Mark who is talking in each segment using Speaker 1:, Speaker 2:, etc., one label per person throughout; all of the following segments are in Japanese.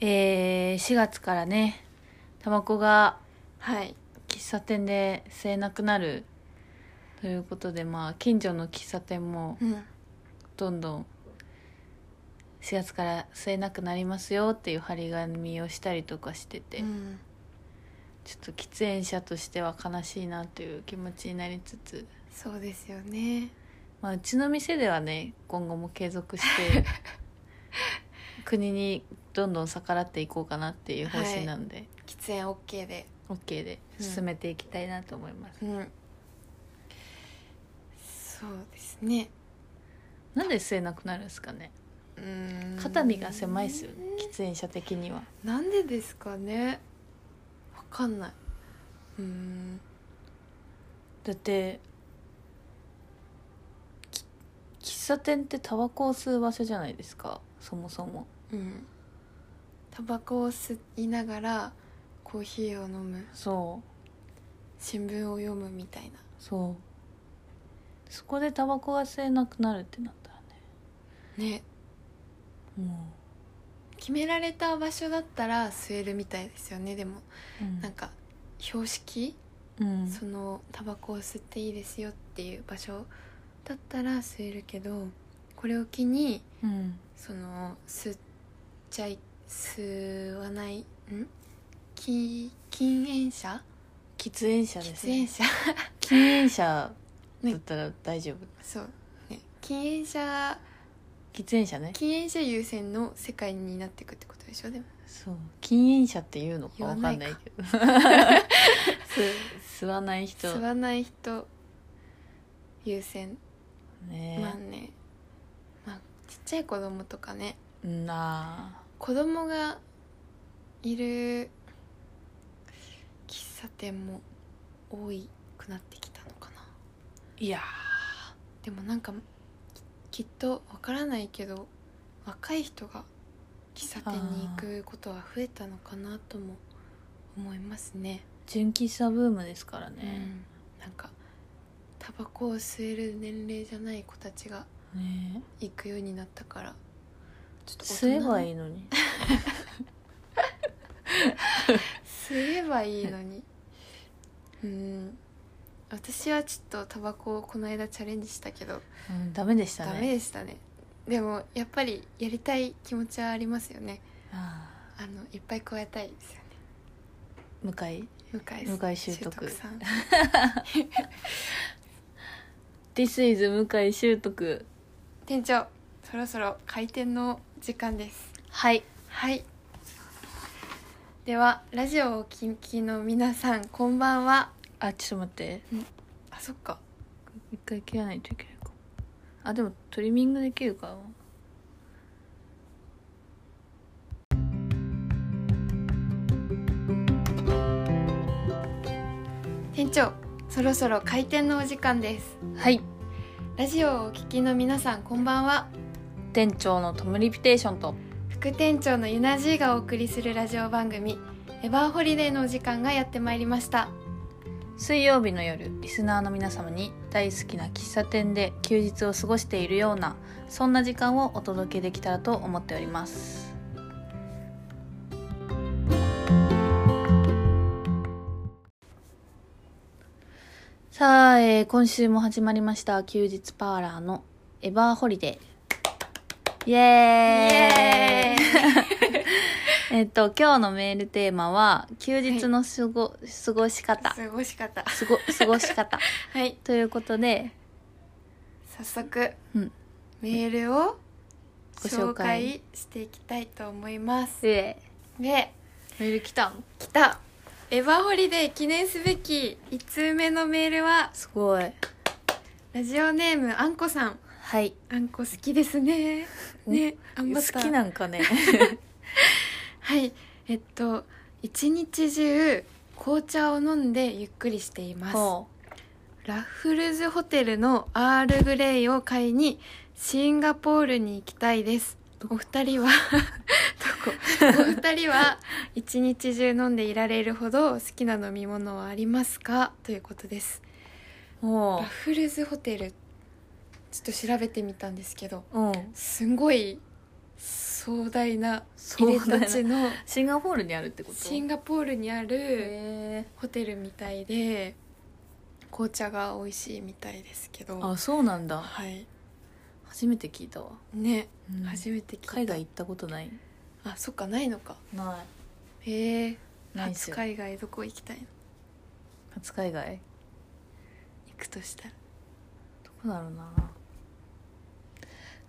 Speaker 1: えー、4月からねタバコが
Speaker 2: はい
Speaker 1: 喫茶店で吸えなくなるということでまあ近所の喫茶店も
Speaker 2: うん
Speaker 1: どんどん4月から吸えなくなりますよっていう張り紙をしたりとかしてて、
Speaker 2: うん
Speaker 1: ちょっと喫煙者としては悲しいなという気持ちになりつつ、
Speaker 2: そうですよね
Speaker 1: まあ、うちの店ではね今後も継続して 国にどんどん逆らっていこうかなっていう方針なんで、
Speaker 2: 喫煙 OK で
Speaker 1: OK で
Speaker 2: うん
Speaker 1: 進めていきたいなと思います、
Speaker 2: うんそうですね
Speaker 1: なんで吸えなくなるんですかね
Speaker 2: うん
Speaker 1: 肩身が狭いっすよね喫煙者的には
Speaker 2: なんでですかねわかんないうん
Speaker 1: だってき喫茶店ってタバコを吸う場所じゃないですかそもそも
Speaker 2: うんタバコを吸いながらコーヒーを飲む
Speaker 1: そう
Speaker 2: 新聞を読むみたいな
Speaker 1: そうそこでタバコが吸えなくなるってなったら
Speaker 2: ね
Speaker 1: ねも
Speaker 2: 決められた場所だったら吸えるみたいですよねでも
Speaker 1: ううん
Speaker 2: なんか標識、
Speaker 1: うん
Speaker 2: そのタバコを吸っていいですよっていう場所だったら吸えるけどこれを機に
Speaker 1: うん
Speaker 2: その吸っちゃい吸わないんき禁煙者
Speaker 1: 喫煙者で
Speaker 2: 喫
Speaker 1: すね
Speaker 2: 煙者
Speaker 1: 禁煙者だったら大丈夫、
Speaker 2: そうね禁煙者
Speaker 1: 喫煙者ね
Speaker 2: 禁煙者優先の世界になっていくってことでしょでも
Speaker 1: そう禁煙者っていうのか
Speaker 2: 言わ
Speaker 1: わか
Speaker 2: なんい
Speaker 1: な
Speaker 2: か
Speaker 1: いけど吸吸わない人
Speaker 2: 吸わない人優先
Speaker 1: ね
Speaker 2: まあねまあちっちゃい子供とかね
Speaker 1: なあ
Speaker 2: 子供がいる喫茶店も多いくなってきたのかない
Speaker 1: や
Speaker 2: でもなんかききっとわからないけど若い人が喫茶店に行くことは増えたのかなとも思いますね、
Speaker 1: 純喫茶ブームですから
Speaker 2: う
Speaker 1: ね、
Speaker 2: ん、なんかタバコを吸える年齢じゃない子たちが
Speaker 1: ね
Speaker 2: 行くようになったからちょっ
Speaker 1: 吸えばい
Speaker 2: い
Speaker 1: いのに
Speaker 2: 吸えばいいのにうん私はちょっとタバコをこの間チャレンジしたけど
Speaker 1: うんダメでした
Speaker 2: ダメ
Speaker 1: ね
Speaker 2: でしたねでもやっぱりやりたい気持ちはありますよね
Speaker 1: あ
Speaker 2: あのいっぱい加えたいですよね
Speaker 1: あ向井
Speaker 2: 向井
Speaker 1: 向井修徳
Speaker 2: さん
Speaker 1: This is 向井修徳
Speaker 2: 店長そろそろ開店の時間です
Speaker 1: はい
Speaker 2: はいではラジオをお聞きの皆さんこんばんは
Speaker 1: あちょっと待って
Speaker 2: あそっか
Speaker 1: 一回切らないといけないかあでもトリミングできるか
Speaker 2: 店長そろそろ開店のお時間です
Speaker 1: はい
Speaker 2: ラジオをお聞きの皆さんこんばんは
Speaker 1: 店長のトムリピテーションと
Speaker 2: 副店長のゆなじーがお送りするラジオ番組エバーホリデーのお時間がやってまいりました
Speaker 1: 水曜日の夜リスナーの皆様に大好きな喫茶店で休日を過ごしているようなそんな時間をお届けできたらと思っておりますさあ、えー今週も始まりました休日パーラーのエバーホリデーイエーイ えっと今日のメールテーマは休日のすご、過ごし方
Speaker 2: 過ごし方
Speaker 1: すご 過ごし方
Speaker 2: はい
Speaker 1: ということで
Speaker 2: 早速、
Speaker 1: うん
Speaker 2: メールを
Speaker 1: ご
Speaker 2: 紹
Speaker 1: 紹介
Speaker 2: 介していきたいと思います
Speaker 1: で
Speaker 2: で
Speaker 1: メール来たの
Speaker 2: 来たエバーホリデー記念すべき1通目のメールは
Speaker 1: すごい
Speaker 2: ラジオネームあんこさん
Speaker 1: はい
Speaker 2: あんこ好きですねねあんバター
Speaker 1: 好きなん かね
Speaker 2: はいえっと一日中紅茶を飲んでゆっくりしています
Speaker 1: ほ
Speaker 2: ラッフルズホテルのアールグレイを買いにシンガポールに行きたいですお二人は ど こお二人は一日中飲んでいられるほど好きな飲み物はありますかということです
Speaker 1: う
Speaker 2: ラッ
Speaker 1: も
Speaker 2: フルズホテルちょっと調べてみたんですけど
Speaker 1: ううん
Speaker 2: すんごい壮大な
Speaker 1: そ
Speaker 2: 入
Speaker 1: う
Speaker 2: れ
Speaker 1: だ
Speaker 2: た
Speaker 1: な
Speaker 2: ちの
Speaker 1: シンガポールにあるってこと
Speaker 2: シンガポールにある
Speaker 1: へ
Speaker 2: ホテルみたいで紅茶が美味しいみたいですけ
Speaker 1: ー
Speaker 2: ど
Speaker 1: あそうなんだ
Speaker 2: はい
Speaker 1: 初めて聞いたわ、
Speaker 2: ね、
Speaker 1: うん
Speaker 2: 初めて聞いた
Speaker 1: 海外行ったことない
Speaker 2: あそっかないのか
Speaker 1: ない
Speaker 2: へえ
Speaker 1: ないっす
Speaker 2: 初
Speaker 1: よ
Speaker 2: 海外どこ行きたいの
Speaker 1: 初海外
Speaker 2: 行くとしたら
Speaker 1: どこだろうな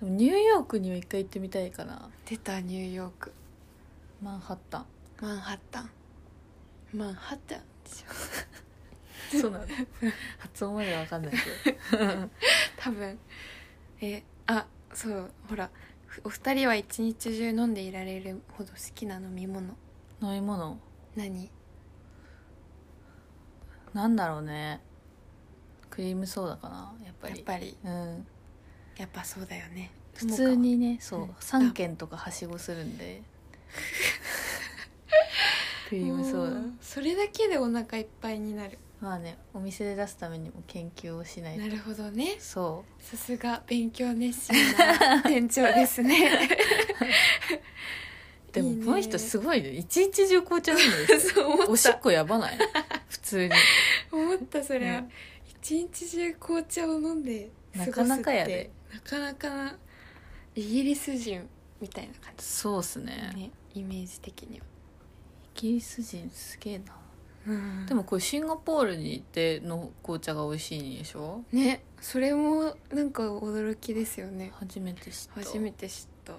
Speaker 1: でもニューヨークには一回行ってみたいかな
Speaker 2: 出たニューヨーク
Speaker 1: マンハッタン
Speaker 2: マンハッタンマンハッタンでしょ
Speaker 1: そうなの 発音までわかんないけど
Speaker 2: 多分えあそうほらふお二人は一日中飲んでいられるほど好きな飲み物
Speaker 1: 飲み物
Speaker 2: 何
Speaker 1: なんだろうねクリームソーダかなやっぱ
Speaker 2: やっ
Speaker 1: り
Speaker 2: ぱり
Speaker 1: うん、
Speaker 2: やっぱそうだよね
Speaker 1: 普通にねそう、
Speaker 2: うん
Speaker 1: 3軒とかはしごするん でクリームソーダ
Speaker 2: もうそれだけでお腹いっぱいになる
Speaker 1: まあねお店で出すためにも研究をしないと
Speaker 2: なるほどね
Speaker 1: そ
Speaker 2: さ すが勉強熱心な店長ですね
Speaker 1: うでも
Speaker 2: いいね
Speaker 1: この人すごいね一日中紅茶飲んでる
Speaker 2: そう思
Speaker 1: お
Speaker 2: っ
Speaker 1: しったこやばない普通に
Speaker 2: 思ったそれは、
Speaker 1: うん
Speaker 2: 一日中紅茶を飲んで過ごすって
Speaker 1: なかなかやで
Speaker 2: なかなかなイギリス人みたいな感じ
Speaker 1: そうっすね
Speaker 2: ねイメージ的には、
Speaker 1: イギリス人すげえなでもこれシンガポールに行っての紅茶が美味しいんでしょ
Speaker 2: ねそれもなんか驚きですよね
Speaker 1: 初めて知った
Speaker 2: 初めて知った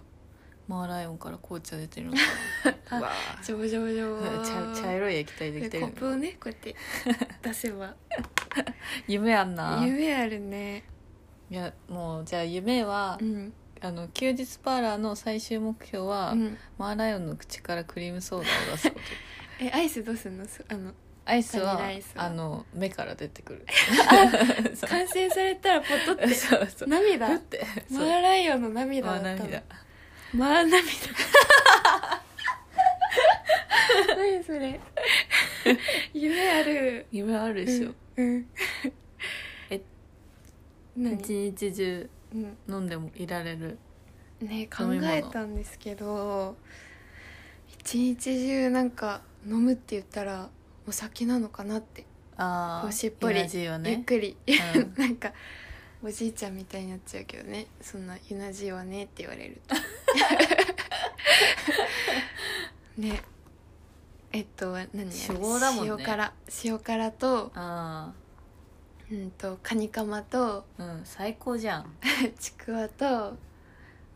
Speaker 1: マーライオンから紅茶出て るのか
Speaker 2: あ
Speaker 1: うわー
Speaker 2: 上々上
Speaker 1: 茶茶色い液体できて
Speaker 2: で
Speaker 1: る
Speaker 2: コ
Speaker 1: の
Speaker 2: ップをねこうやって出せば
Speaker 1: 夢 あんな
Speaker 2: 夢あるね
Speaker 1: いやもうじゃあ夢は、
Speaker 2: うん、
Speaker 1: あの休日パーラーの最終目標は、
Speaker 2: うん、
Speaker 1: マーライオンの口からクリームソーダを出すこと
Speaker 2: えアイスどうすんのそあの
Speaker 1: アイスは
Speaker 2: バニラアイスは
Speaker 1: あの目から出てく るそう
Speaker 2: 完成されたらポトっ て
Speaker 1: そうそう
Speaker 2: 涙
Speaker 1: ふ
Speaker 2: マ
Speaker 1: ってそう
Speaker 2: ーライオンの涙
Speaker 1: ま
Speaker 2: だ
Speaker 1: あ
Speaker 2: ったの
Speaker 1: 涙
Speaker 2: マー 涙何それ夢ある
Speaker 1: 夢あるでしょ、
Speaker 2: うん、うん、
Speaker 1: え
Speaker 2: 何
Speaker 1: 一日中
Speaker 2: うん
Speaker 1: 飲んでもいられる
Speaker 2: ね考
Speaker 1: 飲み物
Speaker 2: えたんですけど一日中なんか飲むって言ったらお酒なのかなって、
Speaker 1: あ
Speaker 2: こ
Speaker 1: あ
Speaker 2: うしっぽり
Speaker 1: エナジーは
Speaker 2: ゆっ
Speaker 1: ね
Speaker 2: くり、
Speaker 1: うん
Speaker 2: なんかおじいちゃんみたいになっちゃうけどねそんな「エナジーはね」って言われる とねえっと何
Speaker 1: 脂肪だもんね
Speaker 2: 塩辛塩辛と,、
Speaker 1: あ
Speaker 2: うん、とカニカマと
Speaker 1: あうん最高じゃん
Speaker 2: ちくわと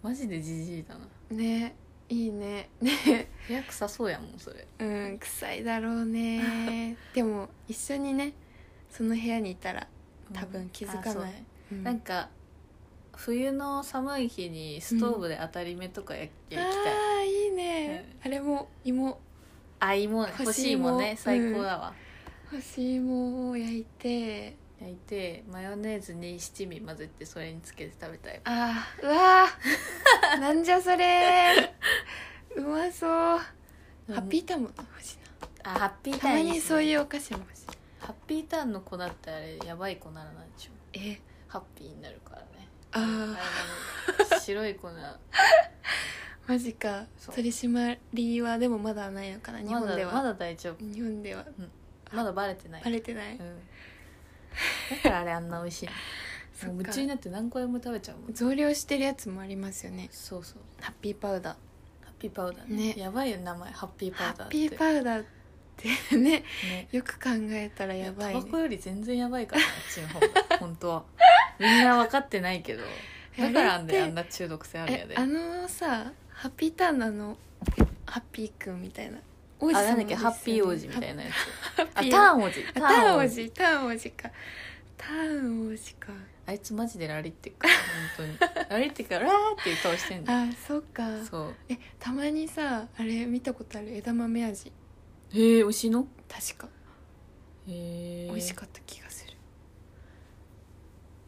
Speaker 1: マジでジジイだな
Speaker 2: ねいいねね
Speaker 1: 部屋臭そうやもんそれ
Speaker 2: うん臭いだろう ねでも一緒にねその部屋にいたら、多分気づかない
Speaker 1: あそうね
Speaker 2: うん
Speaker 1: なんか冬の寒い日にストーブで当たり目とか焼きたい、
Speaker 2: ああいいね、あれも芋
Speaker 1: あいも
Speaker 2: 欲
Speaker 1: 欲
Speaker 2: し
Speaker 1: し
Speaker 2: い
Speaker 1: い
Speaker 2: も
Speaker 1: も
Speaker 2: うん
Speaker 1: ね最高だわ、
Speaker 2: 干し芋を焼いて
Speaker 1: 焼いてマヨネーズに七味混ぜてそれにつけて食べたい
Speaker 2: あーうわー なんじゃそれうまそうハッピーターンも欲しいな
Speaker 1: あハッピータ
Speaker 2: た
Speaker 1: ー
Speaker 2: ま
Speaker 1: ンいいっすね
Speaker 2: にそういうお菓子も欲しい
Speaker 1: ハッピーターンの粉ってあれやばい粉なんでしょ
Speaker 2: え
Speaker 1: ハッピーになるからね
Speaker 2: ああ
Speaker 1: れなの白い粉ま
Speaker 2: マジか
Speaker 1: そう
Speaker 2: 取り締まりはでもまだないのかな 日本で
Speaker 1: だ
Speaker 2: は
Speaker 1: まだ大丈夫
Speaker 2: 日本では
Speaker 1: まだバレてない、
Speaker 2: バレてない
Speaker 1: うん、だからあれあんな美味 しい
Speaker 2: そ
Speaker 1: も
Speaker 2: っ
Speaker 1: う夢
Speaker 2: か
Speaker 1: 中になって何回も食べちゃうもん
Speaker 2: 増量してるやつもありますよね
Speaker 1: そうそう
Speaker 2: ハッピーパウダー
Speaker 1: ハッピーパウダーね
Speaker 2: ね
Speaker 1: やばいよ名前ハッピーパ
Speaker 2: ハ
Speaker 1: ウダーっ
Speaker 2: ッ
Speaker 1: て
Speaker 2: ピーパウダーってね
Speaker 1: ね
Speaker 2: よく考えたらやばい
Speaker 1: タバコ
Speaker 2: ね
Speaker 1: より全然やばいからねあっちの方 が本当はみんな分かってないけどだからあんだよあんな中毒性あるや
Speaker 2: え
Speaker 1: で
Speaker 2: あ
Speaker 1: あ
Speaker 2: のさハッピーターンのあのハッピーくんみたいな王子様
Speaker 1: なんだっけ
Speaker 2: です
Speaker 1: ハ
Speaker 2: よね
Speaker 1: ッピー王子みたいなやつ
Speaker 2: ハ
Speaker 1: あタ
Speaker 2: ッピー
Speaker 1: ーン王子
Speaker 2: あターン王子ターン王子かターン王子か
Speaker 1: あいつマジでラリってっから本 当にラリってっからラーっていう顔してんの
Speaker 2: あそうか
Speaker 1: そう
Speaker 2: えたまにさあれ見たことある枝豆味
Speaker 1: へえ美味しいの
Speaker 2: 確か
Speaker 1: へえ
Speaker 2: 美味しかった気がする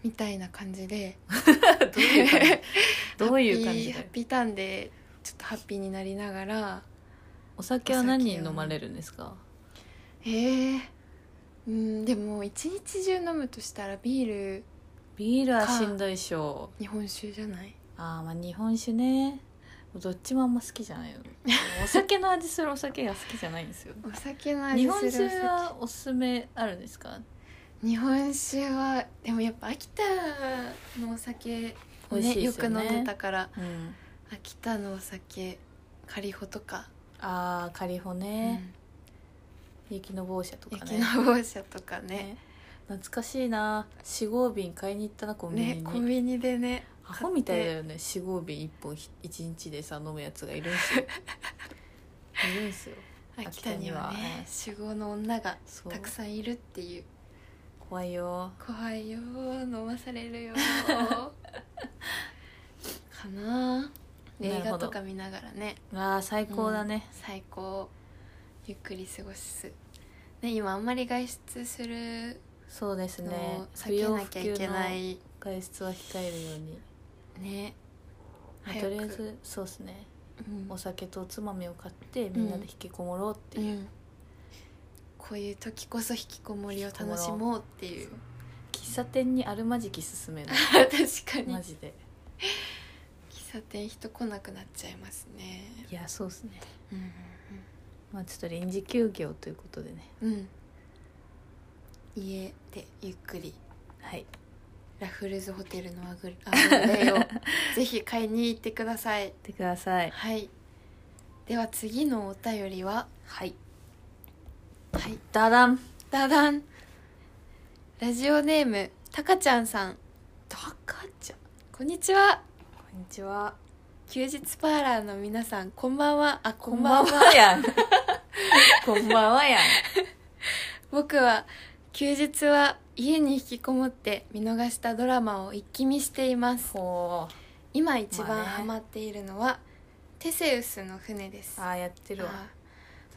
Speaker 2: みたいな感じで
Speaker 1: ったどういう感じどういう感じ
Speaker 2: ハ
Speaker 1: だよ
Speaker 2: ッピーハッピーターンでちょっとハッピーになりながら
Speaker 1: お酒は何飲まれるんですか
Speaker 2: ええうんでも一日中飲むとしたらビール
Speaker 1: ビールはしんどいっしょ
Speaker 2: 日本酒じゃない
Speaker 1: あーまあ日本酒ねどっちもあんま好きじゃないのお酒の味するお酒が好きじゃないんです よ
Speaker 2: お酒の
Speaker 1: 日
Speaker 2: 味
Speaker 1: 本
Speaker 2: す
Speaker 1: 酒
Speaker 2: るお酒
Speaker 1: はおすすめあるんですか
Speaker 2: 日本酒はでもやっぱ秋田のお酒
Speaker 1: 美味しい
Speaker 2: ね
Speaker 1: で
Speaker 2: よ
Speaker 1: す
Speaker 2: く
Speaker 1: よ
Speaker 2: 飲ん
Speaker 1: ね
Speaker 2: でたから
Speaker 1: うん
Speaker 2: 秋田のお酒カリホとか、
Speaker 1: あーカリホね、雪の坊舎と
Speaker 2: うん、
Speaker 1: か
Speaker 2: 焼き
Speaker 1: ね
Speaker 2: の坊社とかね
Speaker 1: ね懐かしいな四合瓶買いに行ったなコンビニ
Speaker 2: ね
Speaker 1: に、
Speaker 2: コンビニでね
Speaker 1: アホみたいだよね四合瓶一本ひ一日でさ飲むやつがいるんすよいるんすよ
Speaker 2: 買って秋田には
Speaker 1: 秋田には
Speaker 2: ね
Speaker 1: ね
Speaker 2: 酒豪の女が
Speaker 1: そう
Speaker 2: たくさんいるっていう
Speaker 1: 怖いよ
Speaker 2: 怖いよ飲まされるよ かな
Speaker 1: なるほど
Speaker 2: 映画とか見ながらね
Speaker 1: あー最高だね、
Speaker 2: 最高ゆっくり過ごす、ね、今あんまり外出する
Speaker 1: そうです
Speaker 2: の
Speaker 1: ね
Speaker 2: を避けなきゃいけな
Speaker 1: 不要
Speaker 2: い
Speaker 1: 不急の外出は控えるように、
Speaker 2: ね
Speaker 1: まあ
Speaker 2: 早
Speaker 1: と
Speaker 2: く
Speaker 1: りあえずそうですね
Speaker 2: うん
Speaker 1: お酒とおつまみを買ってみんなで引きこもろうっていう、
Speaker 2: うんこういう時こそ引きこもりを楽しもうっていう
Speaker 1: 喫茶店にあるまじき進 めない
Speaker 2: 確かに
Speaker 1: マ
Speaker 2: 喫
Speaker 1: ジで
Speaker 2: 茶店人来なくなっちゃいますね
Speaker 1: いやそうですね
Speaker 2: うん
Speaker 1: まあちょっと臨時休業ということでね
Speaker 2: うん、うん、家でゆっくり
Speaker 1: はい
Speaker 2: ラフルズホテルのアグアグレ ーをぜひ買いに行ってください
Speaker 1: 行ってください
Speaker 2: はいでは次のお便りは
Speaker 1: はい
Speaker 2: はい
Speaker 1: ダダン
Speaker 2: ダダンラジオネームたかちゃんさん
Speaker 1: タカちゃん
Speaker 2: こんにちは
Speaker 1: こんにちは
Speaker 2: 休日パーラーの皆さんこんばんはあこ
Speaker 1: こ
Speaker 2: ん
Speaker 1: ん
Speaker 2: ば
Speaker 1: ば
Speaker 2: ん
Speaker 1: ん
Speaker 2: は
Speaker 1: はやん こんばんはやん
Speaker 2: 僕は休日は家に引きこもって見逃したドラマを一気見しています
Speaker 1: ほう
Speaker 2: 今一
Speaker 1: まあ
Speaker 2: 番
Speaker 1: ね
Speaker 2: ハマっているのは、テセウスの船です
Speaker 1: あーやってるわ
Speaker 2: あー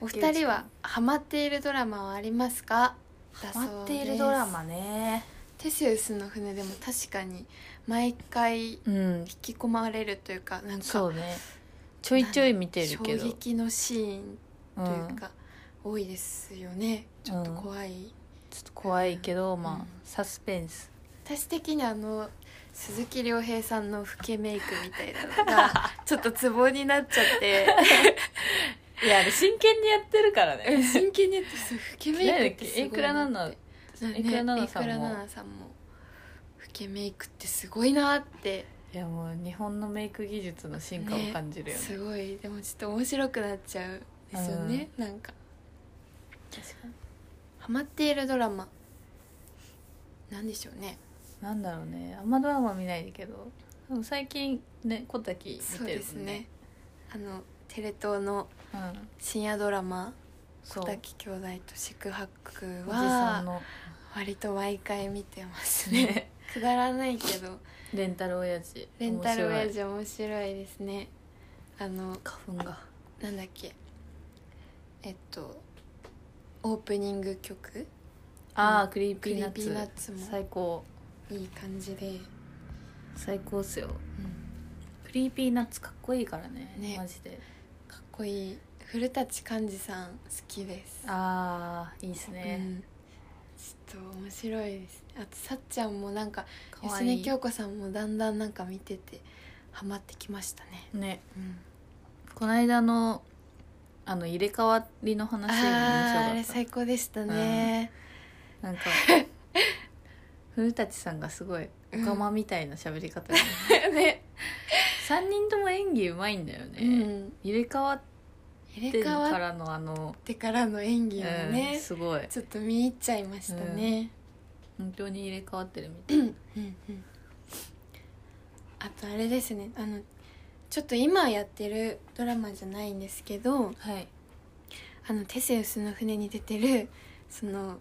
Speaker 2: お二人はハマっているドラマはありますかだそう
Speaker 1: ハ
Speaker 2: です
Speaker 1: マっているドラマね
Speaker 2: テセウスの船でも確かに毎回引
Speaker 1: うん
Speaker 2: き込まれるというかなんか
Speaker 1: そうねちょいちょい見てるけど
Speaker 2: 衝撃のシーン
Speaker 1: う
Speaker 2: と
Speaker 1: ん
Speaker 2: いうか、多いですよねちょっと怖い、
Speaker 1: ちょっと怖いけど
Speaker 2: う
Speaker 1: まあ
Speaker 2: ん
Speaker 1: サスペンス
Speaker 2: 私的にあの鈴木亮平さんの老けメイクみたいなの がちょっとツボになっちゃって
Speaker 1: いやあれ真剣にやってるから
Speaker 2: え真剣にやってそう老けメイクってすごい
Speaker 1: えくらな
Speaker 2: な
Speaker 1: の
Speaker 2: ってね
Speaker 1: えくらなのさん
Speaker 2: えくらな
Speaker 1: も
Speaker 2: なさんも老けメイクってすごいなって
Speaker 1: いやもう日本のメイク技術の進化を感じるよね
Speaker 2: すごいでもちょっと面白くなっちゃうんですよね、なんか
Speaker 1: 確かに
Speaker 2: ハマっているドラマなんでしょうね
Speaker 1: なんだろうねあんまドラマ見ないけどでも最近ね小滝見てる
Speaker 2: そうで
Speaker 1: も
Speaker 2: す
Speaker 1: ん
Speaker 2: ねあのテレ東の
Speaker 1: うん
Speaker 2: 深夜ドラマ
Speaker 1: そ
Speaker 2: 小
Speaker 1: うおじ
Speaker 2: 滝兄弟と四苦八苦
Speaker 1: さん
Speaker 2: は
Speaker 1: の
Speaker 2: 割と毎回見てますね
Speaker 1: ね
Speaker 2: くだらないけど
Speaker 1: レンタル親父
Speaker 2: レンタル親
Speaker 1: 面白い
Speaker 2: 父面白いですねあの
Speaker 1: 花粉が
Speaker 2: なんだっけえっとオープニング曲
Speaker 1: あ
Speaker 2: う
Speaker 1: あ
Speaker 2: ん
Speaker 1: クリーピーナッ
Speaker 2: クリーピーナッ
Speaker 1: ツ
Speaker 2: ツも
Speaker 1: 最高
Speaker 2: いい感じで、
Speaker 1: 最高っすよクリーピーナッツかっこいいからね
Speaker 2: ね
Speaker 1: マジで
Speaker 2: かっこいい古舘寛治さん好きです
Speaker 1: ああいいっす
Speaker 2: う
Speaker 1: ね、
Speaker 2: んちょっと面白いですねあとさっちゃんもなんか
Speaker 1: かわ
Speaker 2: 芳
Speaker 1: いい
Speaker 2: 根京子さんもだんだんなんか見ててハマってきましたね、
Speaker 1: ね
Speaker 2: うん、
Speaker 1: この間のあの入れ替わりの話も面白
Speaker 2: あーあ
Speaker 1: か
Speaker 2: れ
Speaker 1: った
Speaker 2: 最高でしたね、
Speaker 1: なんか 古舘さんがすごいおかまみたいな喋り 方で、
Speaker 2: ね、
Speaker 1: 3人とも演技うまいんだよね、
Speaker 2: うん、
Speaker 1: 入れ替わっ
Speaker 2: 入
Speaker 1: て
Speaker 2: れ
Speaker 1: る
Speaker 2: 替
Speaker 1: か
Speaker 2: わっ
Speaker 1: らのあの、
Speaker 2: てからの演技もね、
Speaker 1: うん、すごい
Speaker 2: ちょっと見入っちゃいましたね、
Speaker 1: 本当に入れ替わってるみたいな
Speaker 2: うんうんあとあれですねあのちょっと今やってるドラマじゃないんですけど
Speaker 1: はい
Speaker 2: あのテセウスの船に出てるその老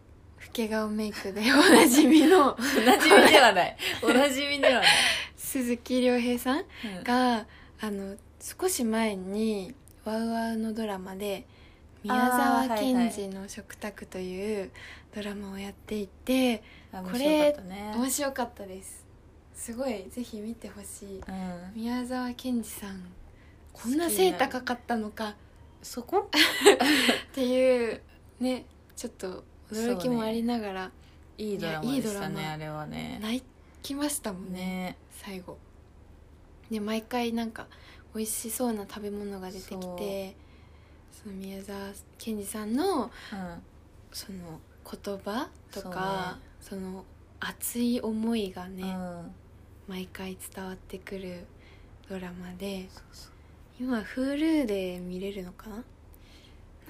Speaker 2: け顔メイクでおなじみ の
Speaker 1: おなじみではない おなじみではない、
Speaker 2: 鈴木亮平さん
Speaker 1: うん
Speaker 2: があの少し前にワウワウのドラマで宮沢賢治の食卓というドラマをやっていて、
Speaker 1: あ
Speaker 2: こ
Speaker 1: 面白
Speaker 2: れ
Speaker 1: かったね
Speaker 2: 面白かったですすごいぜひ見てほしい
Speaker 1: うん、
Speaker 2: 宮沢賢治さんこんな背高かったのか
Speaker 1: そこ
Speaker 2: っていうねちょっと驚きもありながら、
Speaker 1: いいドラマでした
Speaker 2: い
Speaker 1: ね
Speaker 2: やい
Speaker 1: あれはね
Speaker 2: 泣きましたもんね
Speaker 1: ね
Speaker 2: 最後で毎回なんか美味しそうな食べ物が出てきてその宮沢賢治さんのその言葉とかそ,、の熱い思いが
Speaker 1: うん
Speaker 2: ね、毎回伝わってくるドラマで
Speaker 1: そうそう
Speaker 2: 今 Hulu で見れるのかな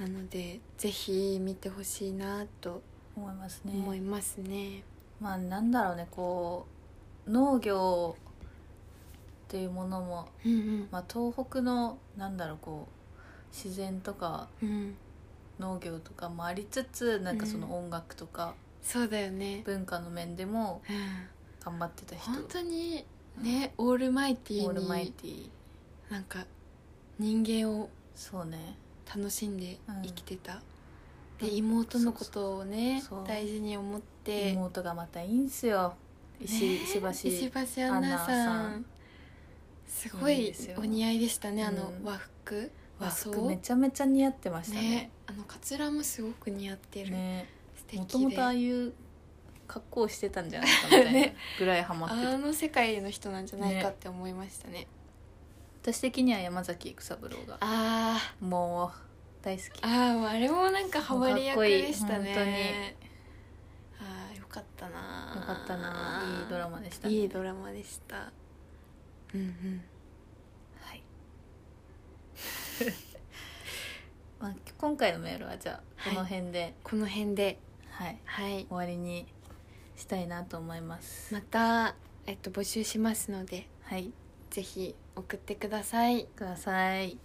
Speaker 2: なのでぜひ見てほしいなと
Speaker 1: 思いますね
Speaker 2: 思いますね
Speaker 1: まあなんだろうねこう農業っていうものも、
Speaker 2: うん
Speaker 1: まあ、東北のなんだろうこう自然とか
Speaker 2: うん、うん、
Speaker 1: 農業とかもありつつなんかその音楽とか
Speaker 2: そうだよね、
Speaker 1: 文化の面でも
Speaker 2: うん、
Speaker 1: 頑張ってた人
Speaker 2: 本当にねオールマイティ
Speaker 1: オールマ
Speaker 2: ー
Speaker 1: イ
Speaker 2: に
Speaker 1: ティー
Speaker 2: なんか人間を
Speaker 1: そうね
Speaker 2: 楽しんで
Speaker 1: うん
Speaker 2: 生きてた、
Speaker 1: う
Speaker 2: で
Speaker 1: ん
Speaker 2: 妹のことをね
Speaker 1: そうそう
Speaker 2: 大事に思って
Speaker 1: 妹がまたいいんすよ石,、
Speaker 2: ね
Speaker 1: 石橋
Speaker 2: 石橋ア
Speaker 1: アン
Speaker 2: ンナさん
Speaker 1: ナさん
Speaker 2: すごい
Speaker 1: いいですよ
Speaker 2: お似合いでしたねあの
Speaker 1: うん
Speaker 2: 和服
Speaker 1: 和
Speaker 2: 和
Speaker 1: 服
Speaker 2: 装
Speaker 1: めちゃめちゃ似合ってました
Speaker 2: ね
Speaker 1: ね
Speaker 2: あのカツラもすごく似合ってる、
Speaker 1: ね
Speaker 2: 素
Speaker 1: も
Speaker 2: 敵
Speaker 1: とも
Speaker 2: で
Speaker 1: とああいう格好をしてたんじゃないかみたいな
Speaker 2: ね
Speaker 1: ぐらいハマって
Speaker 2: あ
Speaker 1: て
Speaker 2: の世界の人なんじゃないかって思いましたね
Speaker 1: 私的には山崎育三郎が
Speaker 2: あ
Speaker 1: もう大好き
Speaker 2: ーあーあれもなんかハマり役でした
Speaker 1: かっこいい
Speaker 2: ねああよかったな
Speaker 1: よかったないいドラマでしたね
Speaker 2: いいドラマでしたうんうん
Speaker 1: はい まあ、今回のメールはじゃあこの辺で、
Speaker 2: この辺で
Speaker 1: はい、
Speaker 2: はい
Speaker 1: 終わりにしたいなと思います。
Speaker 2: また、えっと、募集しますので
Speaker 1: はい、
Speaker 2: ぜひ送ってください
Speaker 1: ください。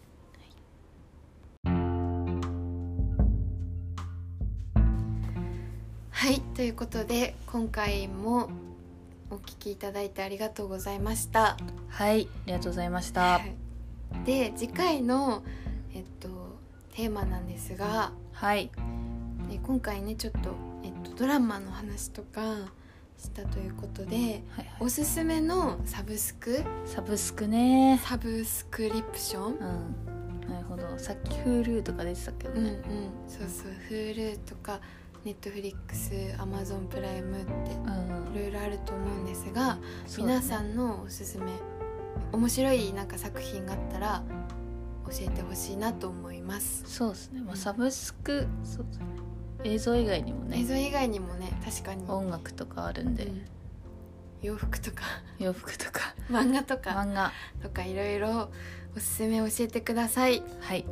Speaker 2: はいということで今回もお聞きいただいてありがとうございました
Speaker 1: はい、ありがとうございました。
Speaker 2: はいで次回のえっとテーマなんですが
Speaker 1: はい、
Speaker 2: で今回ねちょっと、えっと、ドラマの話とかしたということで
Speaker 1: はいはい、
Speaker 2: おすすめのサブスク
Speaker 1: サブスクね。
Speaker 2: サブスクリプション
Speaker 1: うん、なるほど。さっき Hulu とか出てたけど
Speaker 2: うんう
Speaker 1: ね
Speaker 2: ん。そうそう Hulu とか Netflix、Amazon プライムって
Speaker 1: うん、
Speaker 2: いろいろあると思うんですが、
Speaker 1: そうだね
Speaker 2: 皆さんのおすすめ面白いなんか作品があったら教えてほしいなと思います、
Speaker 1: そうですね。ま
Speaker 2: う
Speaker 1: あ
Speaker 2: ん
Speaker 1: サブスク、そうですね。映像以外にも
Speaker 2: 映
Speaker 1: ね、
Speaker 2: 像以外にもね確かに、
Speaker 1: 音楽とかあるんで
Speaker 2: う、ん洋服とか
Speaker 1: 洋服とか
Speaker 2: 漫画とか
Speaker 1: 漫画、
Speaker 2: とかいろいろおすすめ教えてください
Speaker 1: はい、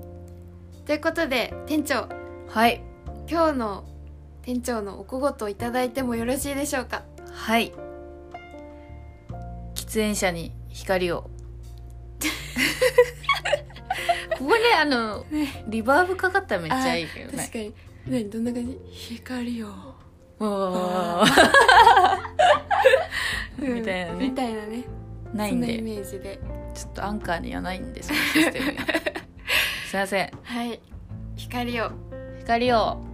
Speaker 2: ということで店長
Speaker 1: はい、
Speaker 2: 今日の店長のお小言をいただいてもよろしいでしょうか
Speaker 1: はい。喫煙者に光を。ここね、あの、リバーブかかったらめっちゃいいけどね
Speaker 2: 確。かに何どんな感じ光を
Speaker 1: お
Speaker 2: あ
Speaker 1: ー
Speaker 2: うん
Speaker 1: みたいなね
Speaker 2: みたいなね
Speaker 1: ないん
Speaker 2: そんなイ
Speaker 1: で、
Speaker 2: メージで
Speaker 1: ちょっとアンカーにはない んで、そのシステムが。すいません。
Speaker 2: はい光を
Speaker 1: 光を。